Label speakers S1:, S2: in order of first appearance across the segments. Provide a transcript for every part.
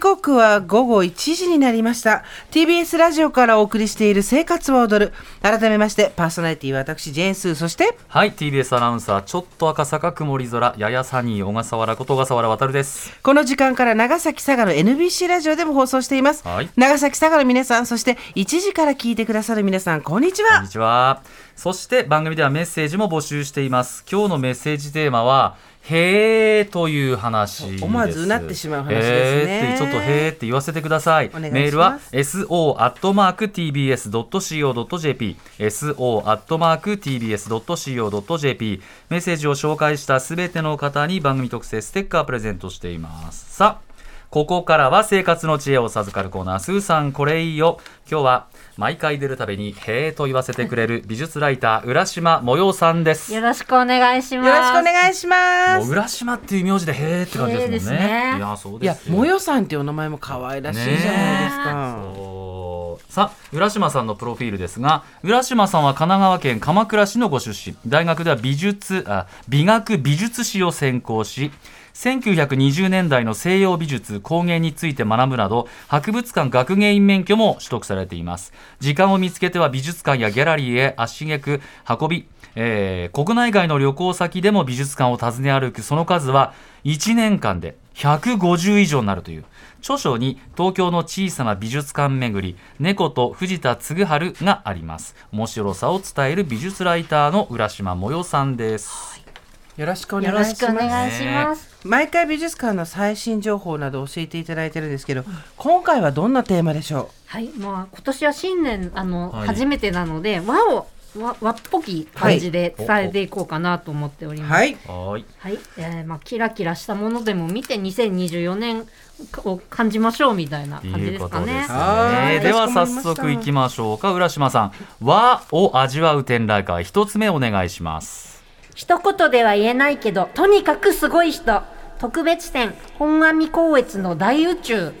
S1: 刻は午後1時になりました TBS ラジオからお送りしている「生活は踊る」改めましてパーソナリティは私ジェーンスーそして
S2: はい TBS アナウンサーちょっと赤坂曇り空ややサニー小笠原こと小笠原渉です
S1: この時間から長崎佐賀の NBC ラジオでも放送しています、
S2: はい
S1: 長崎佐賀の皆さんそして1時から聞いてくださる皆さんこんにち
S2: こん
S1: は
S2: にちはそして番組ではメッセージも募集しています今日のメッセージテーマはへーという話です
S1: 思わずうなってしまう話ですね
S2: へーってちょっとへーって言わせてください
S1: お願いします
S2: メールは so.tbs.co.jp so.tbs.co.jp メッセージを紹介したすべての方に番組特製ステッカープレゼントしていますさあここからは生活の知恵を授かるコーナー、スーさんこれいいよ。今日は毎回出るたびに、へーと言わせてくれる美術ライター、浦島もようさんです。
S3: よろしくお願いし
S1: よ
S3: ます。
S1: ろしくお願いしま
S2: もう
S1: す
S2: 浦島っていう名字で、へーって感じですもんね。
S3: へーですね
S2: いや、そう
S1: い
S2: で
S1: や
S2: すよ
S1: もよさんっていうお名前も可愛らしいじゃないですか、
S2: そうさあ浦島さんのプロフィールですが浦島さんは神奈川県鎌倉市のご出身大学では美術あ美学美術史を専攻し1920年代の西洋美術工芸について学ぶなど博物館学芸員免許も取得されています時間を見つけては美術館やギャラリーへ足げく運び、えー国内外の旅行先でも美術館を訪ね歩くその数は1年間で150以上になるという著書に東京の小さな美術館巡り猫と藤田嗣治があります面白さを伝える美術ライターの浦島もよさんです、
S1: よろしくお願
S3: よろ
S1: い
S3: し
S1: し
S3: くお
S1: ます
S3: 願いします。
S1: 毎回美術館の最新情報など教えていただいてるんですけど、今回はどんなテーマでしょ
S3: はい、まあ今年は新年あの、
S2: はい
S3: 初めてなので和を和和っぽき感じで伝えていこうかなと思っており
S1: う
S3: ます。
S1: は
S3: はい。
S1: い
S2: はーい
S3: えーまあキラキラしたものでも見て2024年を感じましょうみたいな
S2: と
S3: 感じ
S2: い
S3: で
S2: うこ
S3: す
S2: と
S3: か
S2: ですね
S3: ね。
S1: はい
S2: では
S1: かしこま
S2: 早
S1: りました
S2: 速いきましょうか浦島さん和を味わう展覧会一つ目お願いします
S3: 一言では言えないけど、とにかくすごい人。特別展、本阿弥光悦の大宇宙。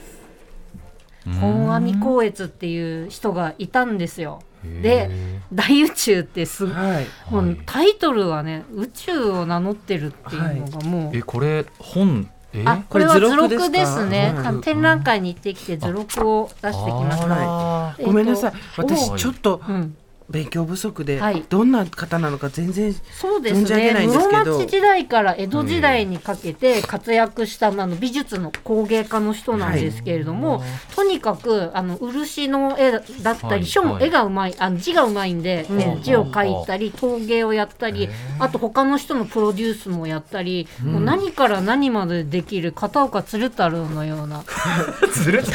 S3: 本阿弥光悦っていう人がいたんですよ。で、大宇宙ってすごい。
S1: はい
S3: もうタイトルはね、宇宙を名乗ってるっていうのがもう、
S2: えこれ本え
S3: あ
S1: こ
S3: こ
S1: れ
S3: れは図
S1: 図録
S3: 録
S1: で
S3: です
S1: か
S3: すね、
S1: はい
S3: あの展覧会に行ってきて図録を出してきました、
S2: あ
S3: えーと
S1: ごめんなさい、
S2: お
S1: 私ちょっと
S3: うん、
S1: 勉強不足で、
S3: はい
S1: どんな方なのか全然
S3: そうで
S1: 存じ
S3: す
S1: 上げ
S3: ね
S1: ないんです
S3: 室
S1: けど
S3: 町時代から江戸時代にかけて活躍した、あの美術の工芸家の人なんですけれども、とにかくあの漆の絵だったり、
S2: はい
S3: 書も
S2: はい
S3: 絵がうまいあの字がうまいんで、
S1: うん
S3: えー字を書いたり陶芸をやったり、あと他の人のプロデュースもやったり、もう何から何までできる片岡鶴太郎のよ うな
S2: ずるっ
S1: 例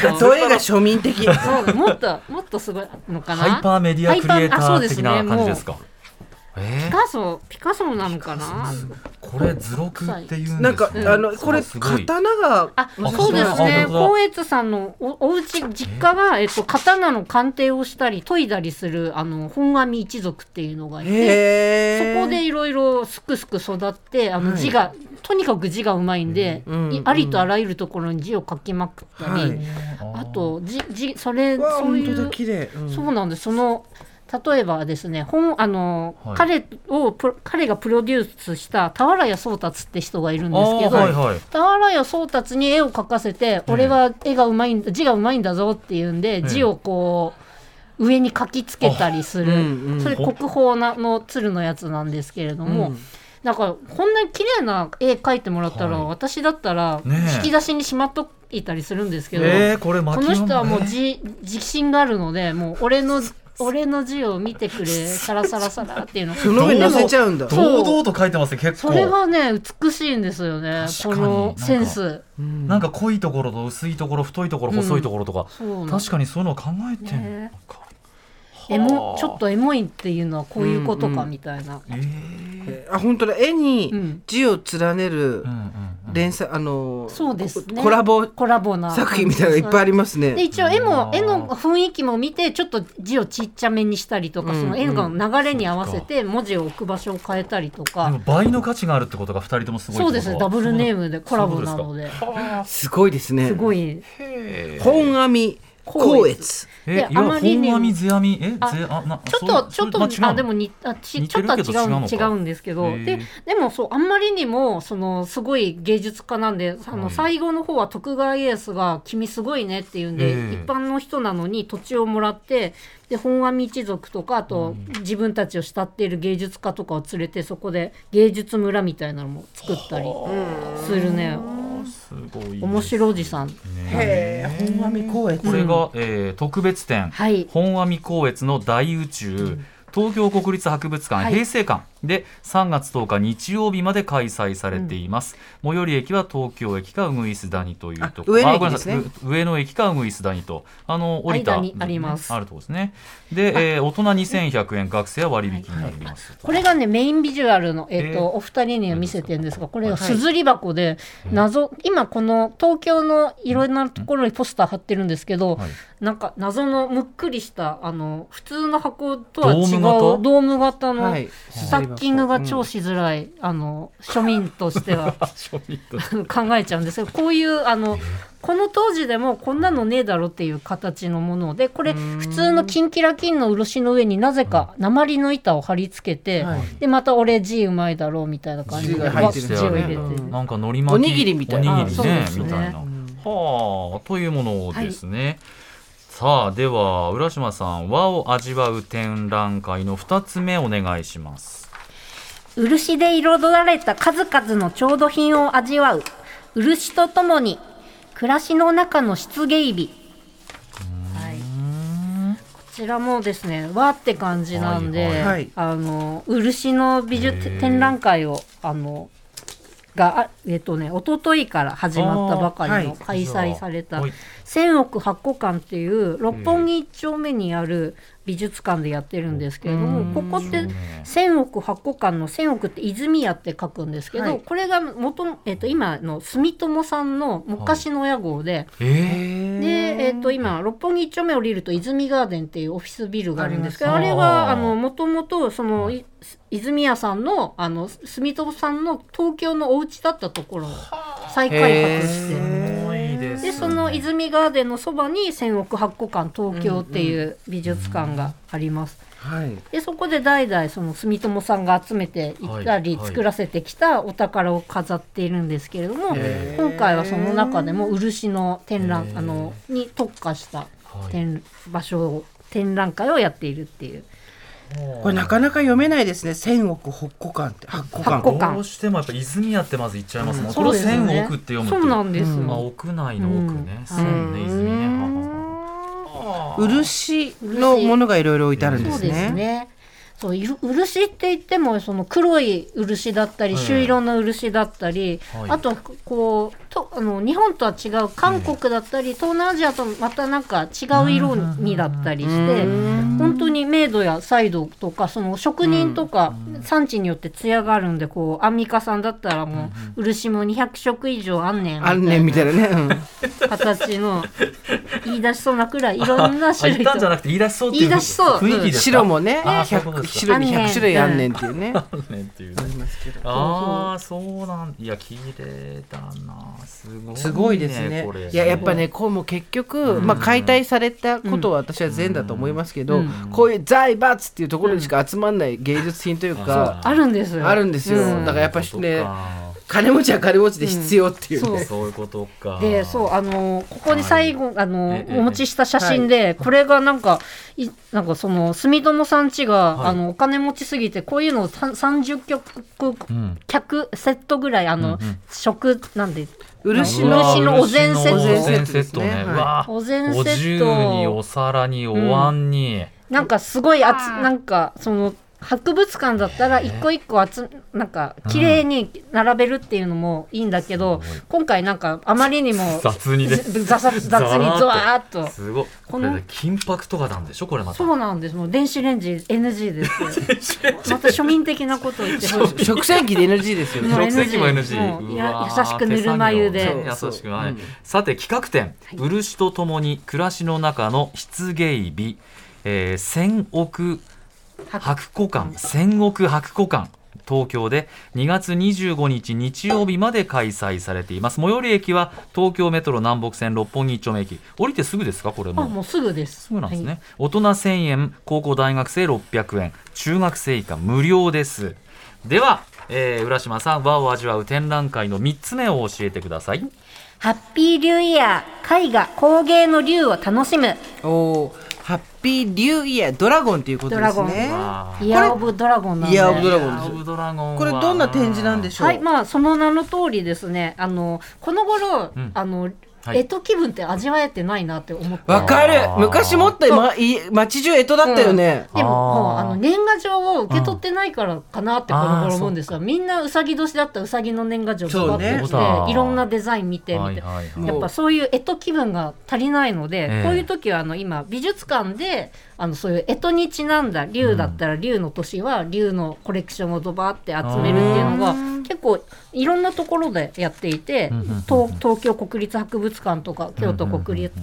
S1: えが庶民的
S3: そうもっともっとすごいのかな
S2: ハイパーメディアクリエイタ
S3: ハイパあそう
S2: ー
S3: です
S2: 的
S3: ね
S2: な感じです
S3: も
S2: かえ
S3: うピカソピカソなのかな
S2: これ図録っていうんですね
S1: なんか、あのこれ
S2: すごい
S1: 刀が
S3: あ、
S2: あ
S3: そうですね。
S2: そうだ
S3: 光悦さんのおお家実家はえっと刀の鑑定をしたり研いだりするあの本阿弥一族っていうのがいて、そ
S1: へえ
S3: こでいろいろすくすく育ってあ
S1: は
S3: の
S1: い
S3: 字が、とにかく字がうまいんで、
S1: うん
S3: いありとあらゆるところに字を書きまくったり、
S1: はい
S3: あと字字それ
S1: わあ
S3: そう
S1: 本
S3: い
S1: 当だ
S3: う
S1: 綺麗、うん
S3: そうなんです。その例えばですね、本あの、
S2: はい
S3: 彼をプロ彼がプロデュースした俵谷宗達って人がいるんですけど、
S2: あーはいはい
S3: 俵谷宗達に絵を描かせて、俺は絵がうまいんだ字がうまいんだぞっていうんで、字をこう上に書きつけたりする、
S1: あうんうん
S3: それ国宝なの鶴のやつなんですけれども、
S1: うん
S3: なんかこんなに綺麗な絵描いてもらったら、
S2: はい
S3: 私だったら
S2: ねえ
S3: 引き出しにしまっといたりするんですけど、
S2: えー、これ巻
S3: こ
S2: き
S3: の人はもう
S2: なんだね
S3: 自自信があるのでもう俺の俺の字を見てくれサラサラサラっていうの
S1: その上に乗せちゃうんだ
S3: ど
S2: 堂々と書いてますね結
S3: そ
S2: 構
S3: れがね美しいんですよね
S2: 確か
S3: こ
S2: に
S3: のセンス
S1: うん
S2: なんか濃いところと薄いところ太いところ
S3: うん
S2: 細いところとか、
S3: そうなん
S2: 確かにそういうのを考えてんの
S3: ね
S2: か、
S3: エモちょっ
S2: と
S3: とエモいっていうのはこういうこと
S1: う
S3: か
S1: んうん
S3: みたいな、
S2: えー
S1: あ本当だ絵
S3: う
S1: に
S3: ん
S1: 字を連ねる
S2: うんうんうん
S1: 連載、あの
S3: そうですね
S1: コラボ
S3: コラボな
S1: 作品みたいなのがいっぱいありますね
S3: で一応絵も
S2: あー
S3: 絵の雰囲気も見てちょっと字をちっちゃめにしたりとか、
S1: うん
S3: その絵の流れに合わせて文字を置く場所を変えたりと
S2: で
S3: か
S2: も、倍の価値があるってことが二人ともすごい
S3: そうですねダブルネー
S2: ム
S3: ムでコラボなのです
S1: ごいですね
S3: すごい
S1: 本阿弥光悦
S3: い
S2: え
S3: や、
S2: いや、
S3: あまりに
S2: 本阿弥、世阿弥、え、
S3: あ
S2: 世阿、な、
S3: ちょっ
S2: そう
S3: と、ちょっ
S2: まあ違う
S3: と、
S2: の
S3: あ、でもに、あ、ち、
S2: 似
S3: ち
S2: て
S3: ょっ
S2: る
S3: とは
S2: けど
S3: 違うの、
S2: 違
S3: 違
S2: うのか
S3: うんですけど、
S2: へえ
S3: で、でも、そう、あんまりにも、その、すごい芸術家なんで、あ
S2: は
S3: の、
S2: い
S3: 最後の方は徳川家康が、君すごいねっていうん
S2: え
S3: で、
S2: え
S3: 一般の人なのに土地をもらって、で、本阿弥一族とか、あと、自分たちを慕っている芸術家とかを連れて、そこで芸術村みたいなのも作ったりするね、
S2: すごいですね。
S3: 面白おじさん。
S1: へえ本阿弥光悦
S2: これが、えー特別展、
S3: はい
S2: 本阿弥光悦の大宇宙、東京国立博物館
S3: はい
S2: 平成館で3月10日日曜日まで開催されています、最寄り駅は東京駅かウグイス谷というところ
S1: あ上野駅
S2: あごめんなさい
S1: ですね
S2: う上野駅かウグイス谷とあの降りた
S3: 間にあります
S2: あるところですねで、えー大人2100円学生は割引になります、
S3: これがね、メインビジュアルの、えっ、
S2: え
S3: と、
S2: ー
S3: お二人には見せてるんですが、これがすずり箱で、謎、今この東京のいろんなところにポスター貼ってるんですけど、
S2: はい
S3: なんか謎のむっくりした、あの、普通の箱とは
S2: ド
S3: 違う
S2: ーム型
S3: ドーム型の、
S1: はい
S3: スタッキングが超しづらい、あの、庶民とし ては考えちゃうんですけど、こういう、あの、この当時でもこんなのねえだろっていう形のもので、これ普通のキンキラキンの漆の上になぜか鉛の板を貼り付けて、
S1: はい
S3: で、また俺 G うまいだろうみたいな感じで、
S1: 字が入ってる
S3: 字を入れて。
S1: うん
S2: なんかのり巻き
S1: おにぎりみたいな
S2: おにぎりね
S3: あそうです
S2: み
S3: ね
S2: たいな、
S1: うん
S2: はあというものですね、さあでは浦島さん和を味わう展覧会の2つ目お願いします
S3: 漆で彩られた数々の調度品を味わう漆とともに暮らしの中の漆芸美、はい、こちらもですね和って感じなんで、
S2: はい
S1: はい
S3: あの漆の美
S2: へー
S3: 術展覧会をあのがあえっとね一昨日から始まったばかり
S1: あ
S3: の
S1: ー
S3: 開催された
S2: はい
S3: 千億八個館っていう六本木一丁目にある美術館でやってるんですけれどもここって千億八個館の千億って泉屋って書くんですけど、
S1: はい
S3: これが元の、えっと今の住友さんの昔の屋号で、
S2: え
S3: で、えっと今六本木一丁目降りると泉ガーデンっていうオフィスビルがあるんですけどあ
S2: あり
S3: れ
S2: ますあ
S3: は
S2: ー
S3: あのもともとその、い泉屋さんのあの住友さんの東京のお家だったところを再開発して。
S2: ー、多いですね
S3: でその泉ガーデンのそばに千億八個館東京っていう美術館があります。
S1: はい
S3: でそこで代々その住友さんが集めていった
S2: はい
S3: り
S2: はい
S3: 作らせてきたお宝を飾っているんですけれども、
S2: へ
S3: 今回はその中でも漆の展覧
S2: へー
S3: あのに特化した
S2: はい
S3: 展、場所を展覧会をやっているっていう
S1: これなかなか読めないですね千億北古館って八古館
S3: 八個館
S2: どうしてもやっぱ泉屋ってまず言っちゃいますもん、
S1: うん
S2: これを
S3: です
S2: 千億って読むってい
S3: そうなんです、
S1: うん
S2: まあ、屋内の奥ね、
S3: うん
S2: 千ね泉ね、
S1: 漆のものがいろいろ置いてあるんで
S3: そう
S1: す
S3: です
S1: ね
S3: ね。そうい漆って言ってもその黒い漆だったり
S2: ええ
S3: 朱色の漆だったり、
S2: はい
S3: あとこうとあの日本とは違う韓国だったり、東南アジアとまたなんか違う色にだったりして本当に明度や彩度とかその職人とか産地によって艶があるんでこうアンミカさんだったらもう漆も200色以上あんねんみた
S1: あ
S3: い
S1: ん
S3: な
S1: ねんみたいなねうん
S3: 形の言い出しそうなくらいいろんな
S2: あ
S3: 種
S2: 言っ
S3: 類
S2: たんじゃ
S3: と
S2: なくて言い出しそうっていう
S3: 言い出しそう
S2: 雰囲気ですか
S1: 白もね
S2: あーそういうことで
S1: 100
S2: すか
S1: 白に100種類あんねんっていうね
S2: ねっていうねああそうなんいや綺麗だなすごい、ね、
S1: すごいですね
S2: これ
S1: いややっぱねこうも結局、まあ、解体されたことは私は善だと思いますけど、こういう財閥っていうところにしか集まんない芸術品というか、
S3: あるんですよ。
S1: あるんですよ、
S3: うん
S1: だからやっぱ
S2: そ
S1: り
S2: ういう
S1: ね
S2: ことか
S1: 金持ちは金持ちで必要っていうね、
S3: うんそう
S2: そういうことか
S3: で、そう、あの、ここに最後、あの
S2: え、え
S3: お持ちした写真で、これがなんか、いなんかその、住友さんち
S2: はい
S3: が、あの、お金持ちすぎて、こういうのをさん30曲、
S2: ん
S3: 客、セットぐらい、あの、食、なんで、
S1: 漆
S3: うわ
S1: の
S3: 漆のお膳セット
S2: お膳セットね
S1: はい
S2: わ
S3: お膳セット
S2: お重にお皿にお椀に、
S3: なんかすごい厚、なんか、その、博物館だったら一個一個集めなんか綺麗に並べるっていうのもいいんだけど、今回なんかあまりにも
S2: 雑にね
S3: ず雑雑にゾワーっと
S2: すごいこ
S3: こ
S2: れ
S3: の
S2: で金箔とかなんでしょこれまた
S3: そうなんです。もう電子レンジ NG ですよ。 また庶民的なことを言ってる。
S1: 食洗機で NG ですよね
S3: もう
S2: 食洗機も NG
S3: NG もう
S2: う
S3: や
S2: わー
S3: 優しくぬるま湯
S2: 手
S3: で
S2: 作業ね優しくはい、
S1: うん
S2: さて企画展「漆とともに暮らしの中の漆芸美」えー、千億
S3: は
S2: 白古館千億白古館東京で2月25日日曜日まで開催されています最寄り駅は東京メトロ南北線六本木一丁目駅降りてすぐですかこれも
S3: あもうすぐです
S2: そうなんですね、大人1000円高校大学生600円中学生以下無料ですでは、えー浦島さん和を味わう展覧会の3つ目を教えてください
S3: ハッピーリューイヤー、絵画、工芸の竜を楽しむ、
S1: おーハッピーリューイヤードラゴンということです
S3: ドラゴ
S1: ね
S3: ン
S2: わあ
S3: イヤー・オブ・ドラゴンなんで。
S1: イヤーオブドラゴン
S2: ラブドラゴンは
S1: これどんな展示なんでしょう、
S3: はい、まあ、その名の通りですね、あの、この頃、
S2: うん
S3: あの、
S2: はい
S3: えと気分って味わえてないなって思って。
S1: わかる
S2: あー
S1: 昔もっと、ま、い街中江戸だったよね、
S3: でも、もう、
S2: あー
S3: あの、年賀状を受け取ってないからかなって、この頃思うんですが、みんなうさぎ年だったうさぎの年賀状
S1: そう
S3: 配っ
S1: ね
S3: てきて、
S2: そうだ
S3: いろんなデザイン見て、み
S2: は
S3: たい
S2: い
S3: な。
S2: はいはい
S1: も
S3: やっぱそういう干支気分が足りないので、
S2: ええ
S3: こういう時はあの今美術館であのそういう干支にちなんだ竜だったら竜の年は竜のコレクションをドバーって集めるっていうのが結構いろんなところでやっていて
S2: うんうんうんうん
S3: 東東京国立博物館とか京都国立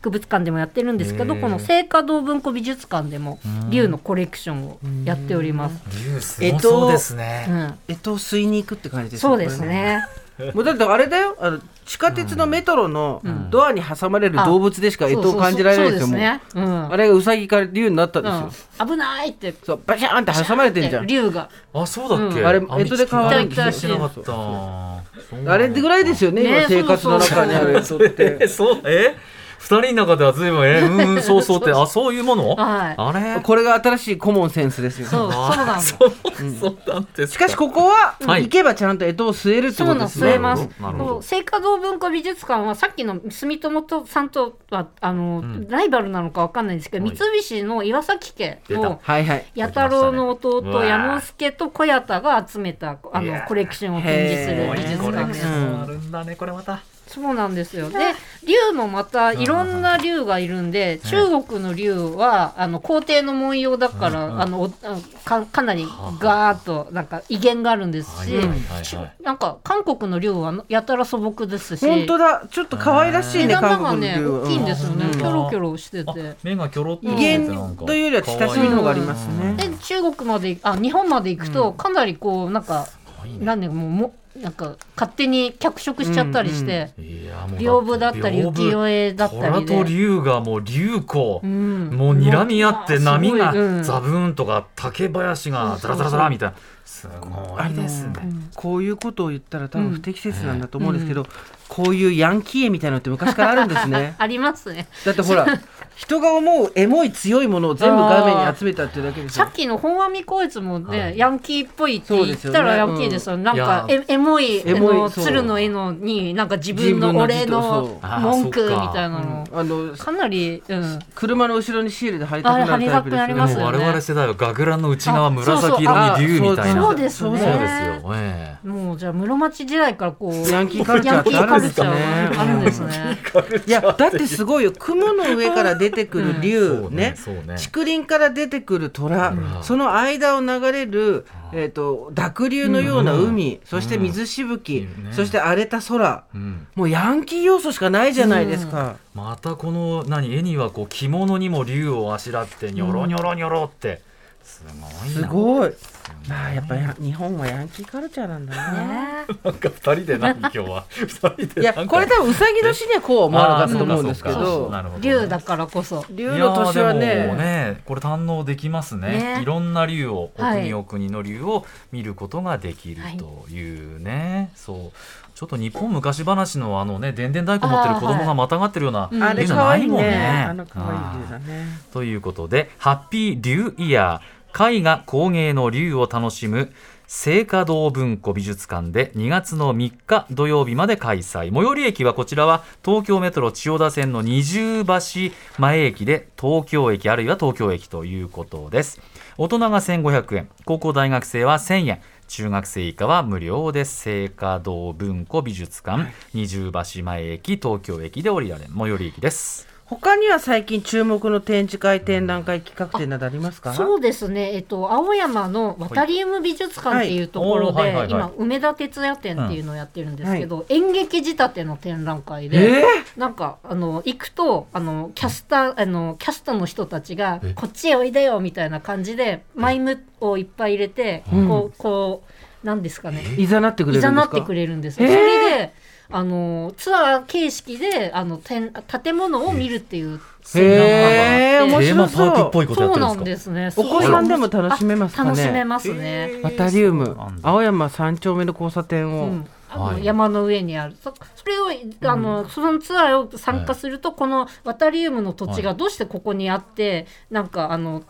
S3: 博物館でもやってるんですけど、
S2: へえ
S3: この聖華堂文庫美術館でも竜のコレクションをやっております。
S2: 竜す
S1: えっ
S2: ご
S1: と
S2: そうです
S3: う
S2: ね、
S3: ん、
S1: 江戸を吸いに行くって感じですね
S3: そうですね。
S1: これねもうだってあれだよあの地下鉄のメトロのドアに挟まれる動物でしか江戸を感じられないですよ
S3: そう
S1: もう
S3: そうそううん
S1: あれがウサギから竜になったんですよ、
S3: うん、危ないって
S1: そうバシャーンって挟まれてんじゃん
S3: 竜が
S2: あそうだっけ、
S1: うんあれ江戸で買わ
S3: ない
S2: ん
S3: ん
S2: で
S3: ですす
S2: よ
S3: よ
S2: 知らなかった
S1: あれぐらいですよね
S3: ね
S1: 今生活の中にある江戸っ
S2: え
S1: て
S2: そう え二人の中では随分えうんうんそうそうってあそういうもの、
S3: はい
S2: あれ
S1: これが新しいコモンセンスですよ
S3: そう、そうなんだ。
S2: そうそうなんです
S1: しかしここは
S2: はい
S1: 行けばちゃんと江戸を吸えるって
S3: そう
S1: こ
S3: な
S1: と
S3: ん
S1: で
S3: ですす、
S1: ね
S3: 吸えます
S2: なるほど。
S3: 聖華堂文化美術館はさっきの住友とさんとはあの、
S2: ん
S3: ライバルなのかわかんないんですけど、
S2: はい
S3: 三菱の岩崎家
S2: 出た
S3: の
S1: はいはい
S3: 弥太郎の
S2: 出ました
S3: 弟
S2: ね
S3: 矢之助と小弥太が集めたあ
S2: い
S3: の
S2: やー
S3: コレクションを展示す
S1: へ
S3: る
S1: ー
S3: 美術
S2: コレ
S3: 館
S2: ク
S3: で
S2: シ
S3: す
S2: ョ。ンあるんだねこれまた
S3: そうなんですよ。で、竜もまたいろんな竜がいるんで、中国の竜は、あの、皇帝の文様だから、
S2: うんうん
S3: あの、おあのかかなりガーッと、なんか威厳があるんですし、
S2: はいはいはいはい
S3: なんか韓国の竜はやたら素朴ですし、
S1: 本当だちょっと可愛らしい
S3: 目
S1: ね
S3: 玉
S1: 韓
S3: が
S1: 国の
S3: ね、
S1: 竜は
S3: 大きいんですよね
S2: う。ん
S3: キョロキョロして
S2: あ
S3: て。
S2: 目がキョロっと
S1: 威
S2: 出て
S1: 厳
S2: てなんか
S1: というよりは親しみの方がありますね
S3: で、中国まで、あ、日本まで行くと、かなりこう、なんか、
S2: 可愛いね
S3: なんでもうも、なんか、勝手に脚色しちゃったりして、
S2: いやもう
S3: 屏風だったり
S2: 屏風
S3: 浮世絵だったりで
S2: 虎と竜がもう竜子、
S3: ん
S2: もう睨み合って
S3: うわ
S2: 波が
S3: すごいうん
S2: ザブーンとか竹林がザラザラザラみたいなすごいですね
S1: こういうことを言ったら多分不適切なんだと思うんですけど、こういうヤンキー絵みたいなのって昔からあるんですね
S3: ありますね。
S1: だってほら人が思うエモい強いものを全部画面に集めたっていうだけです
S3: さ
S1: よ
S3: っきの本阿弥光悦もね、
S2: はい
S3: ヤンキーっぽいって言ったらヤンキーですよ、なんか
S2: いや
S3: えエモい
S1: エモい
S3: あの
S1: そう
S3: 鶴の絵のになんか自分
S1: 自分
S3: の
S1: の
S3: お礼の
S2: そう
S3: 文句み
S2: あーそっか
S3: たいなの
S1: あの
S3: かなり、うん、
S1: 車の後ろにシールで貼りたく
S3: あれ
S1: なるタイプです
S3: 貼りたくなり
S2: も
S3: ま
S1: よ
S3: す
S2: う
S1: ね
S3: よ
S2: 我
S3: ね
S2: 々世代はガグラの内側
S3: あそうそう
S2: 紫色に竜みたいな
S3: そうですね
S2: そうで
S1: ね
S2: すよえ
S3: もうじゃあ室町時代からこう
S1: ヤンキーカルチャーって
S3: ヤンキ
S1: あるんですね
S3: カルチャーがあるんですね。
S1: いやだってすごいよ雲の上から出てくる
S2: えそ
S1: 竜
S2: うね
S1: ね
S2: そうね
S1: 竹林から出てくる虎、
S2: うん
S1: その間を流れる、えー、と濁流のような海、そして
S2: うん
S1: 水しぶき、
S2: うん
S1: そして荒れた空、
S2: うん
S1: もうヤンキー要素しかないじゃないですか、
S2: またこの何絵にはこう着物にも竜をあしらってニョロニョロニョロってすごい
S1: す
S2: な
S1: ごいまあやっぱや日本はヤンキーカルチャーなんだな
S2: なんか二人で何今日は二人で
S1: いや
S2: なんか
S1: これ多分うさぎ年にはこうは思わなかったと思うんですけ
S2: あーそうかそう
S1: ど
S2: かなるほどね
S3: 竜だからこそ。
S1: 竜の年はい
S2: やーでも
S1: ね
S2: ねこれ堪能できますね
S3: ね
S2: いろんな竜をお
S3: はい
S2: 国お国の竜を見ることができるというね、そうちょっと日本昔話のあのねでんでん太鼓持ってる子供がまたがってるような
S3: ーはい
S1: あ
S2: 竜
S1: れ
S2: じゃ
S1: 可
S2: ない
S1: 愛い
S2: もんね。
S1: ねあの可愛い竜
S2: あ
S1: だね
S2: ーということでハッピー竜イヤー絵画工芸の竜を楽しむ聖華堂文庫美術館で2月の3日土曜日まで開催最寄り駅はこちらは東京メトロ千代田線の二重橋前駅で東京駅あるいは東京駅ということです大人が1500円高校大学生は1000円中学生以下は無料です聖華堂文庫美術館二重橋前駅東京駅で降りられ最寄り駅です
S1: 他には最近注目の展示会展覧会企画展などありますか
S3: そうですね、えっと、青山のワタリウム美術館っていうところで、
S2: はいおーはいはいはい
S3: 今、梅田哲也展っていうのをやってるんですけど、演劇仕立ての展覧会
S1: えー
S3: で、なんか、あの、行くと、あの、キャスター、あの、キャストの人たちが
S2: え、
S3: こっちへおいでよみたいな感じで、マイムをいっぱい入れて、
S1: うん
S3: こう、こう、なんですかね、
S1: いざなってくれ
S3: い
S1: る
S3: ざ
S1: んで
S3: な
S1: す
S3: って
S1: か
S3: くれるんです
S1: え
S3: よ。
S1: ー
S3: それで、あのツアー形式であのてん建物を見るっていう、
S1: へー
S3: なんか
S1: 面
S2: テー
S1: 白
S2: マパーク
S1: そ
S2: っぽいことやっ
S3: そう
S2: てる
S3: なん
S2: ん
S3: で
S2: です
S3: すね。
S1: お子さんでも楽しめますかね
S3: あ楽しめますね。
S1: うワタリウム
S2: なんだ
S1: 青山三丁目の交差点
S3: う
S1: を、
S3: んあ
S2: は
S3: の
S2: い
S3: 山の上にあるそそれをあの、そのツアーを参加すると、このワタリウムの土地がどうしてここにあって、なんかあの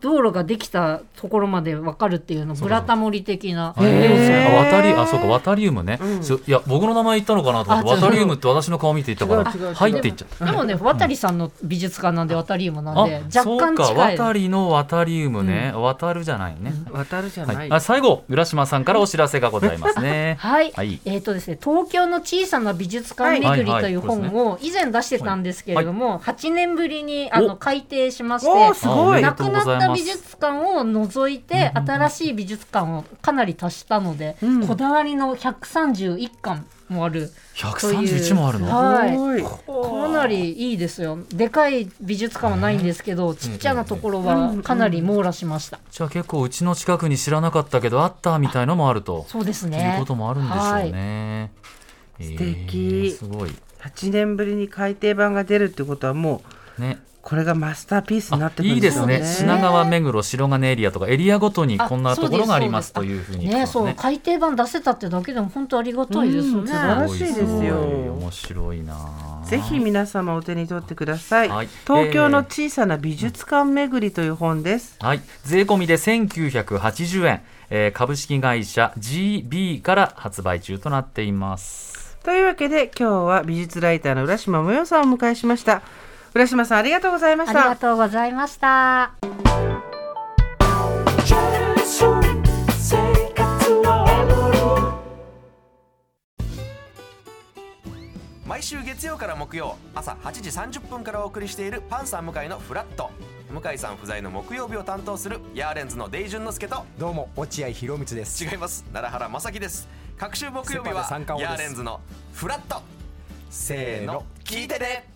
S3: 道路ができたところまでわかるっていうのブラタモリ的な
S2: か。
S1: へー
S2: あ渡りあそうか渡りウムね、そういや僕の名前言ったのかなと思
S3: あ
S2: っ
S3: 違う
S2: て渡りウムって私の顔見て言った
S1: 違う違う
S2: か
S1: 違う
S2: ら入っていっちゃった。
S3: でもね渡りさんの美術館なんでワタリウムなんで
S2: あ
S3: 若干
S2: そうか
S3: 近い。
S2: 渡りの渡りウムね、渡るじゃないね。
S1: 渡るじゃない、
S2: はい、あ最後浦島さんからお知らせがございますね
S3: はい、
S2: はい
S3: えっ、とですね、東京の小さな美術館巡り
S2: はい
S3: という
S2: はい
S3: 本を以前出してたんですけれども、8年ぶりにあ
S2: お
S3: の改訂しまし
S1: おーす
S3: て、
S1: ごい
S2: あり
S3: な
S2: がと
S3: く
S2: うござ
S3: なった
S2: いま
S3: 美
S2: す。
S3: 術館を除いて、新しい美術館をかなり足したので、
S1: うん
S3: こだわりの131巻もあるという。
S2: 131もあるの。
S3: はい
S1: すごい
S3: かなりいいですよ。でかい美術館はないんですけど、ちっちゃなところはかなり網羅しました。
S2: じゃあ結構うちの近くに知らなかったけどあったみたいのもあると。
S3: そうです
S2: という
S3: ね。
S2: こともあるんでし
S3: はい
S2: ょうね。
S1: 素敵
S2: えーすごい
S1: 8年ぶりに改訂版が出るってことはもう
S2: ね。
S1: これがマスターピースにな
S2: あ
S1: ってくる
S2: い
S1: ん
S2: い
S1: で
S2: ですす
S1: よね
S2: ね。品川目黒白金エリアとかエリアごとにこんなところがありますというふうに。
S3: ね、そう、改訂版出せたってだけでも本当ありがたいです
S1: うん
S3: ね。
S1: 素晴らしいですよ
S2: ごい面白いな。
S1: ぜひ皆様お手に取ってください、
S2: はい
S1: 東京の小さな美術館巡りという本です、
S2: はい、税込みで1980円、えー株式会社 GB から発売中となっています。
S1: というわけで今日は美術ライターの浦島もよさんをお迎えしました浦島さんありがとうございま
S3: あ
S1: し
S3: り
S1: た
S3: がとうございました。
S4: 毎週月曜から木曜朝8時30分からお送りしているパンサー向井のフラット向井さん不在の木曜日を担当するヤーレンズのデイジュンの之介と
S5: どうも落合博満です。
S4: 違います奈良原正樹です各週木曜日は
S5: セパで三冠王
S4: ヤー
S5: です
S4: レンズのフラットせーの聞いてね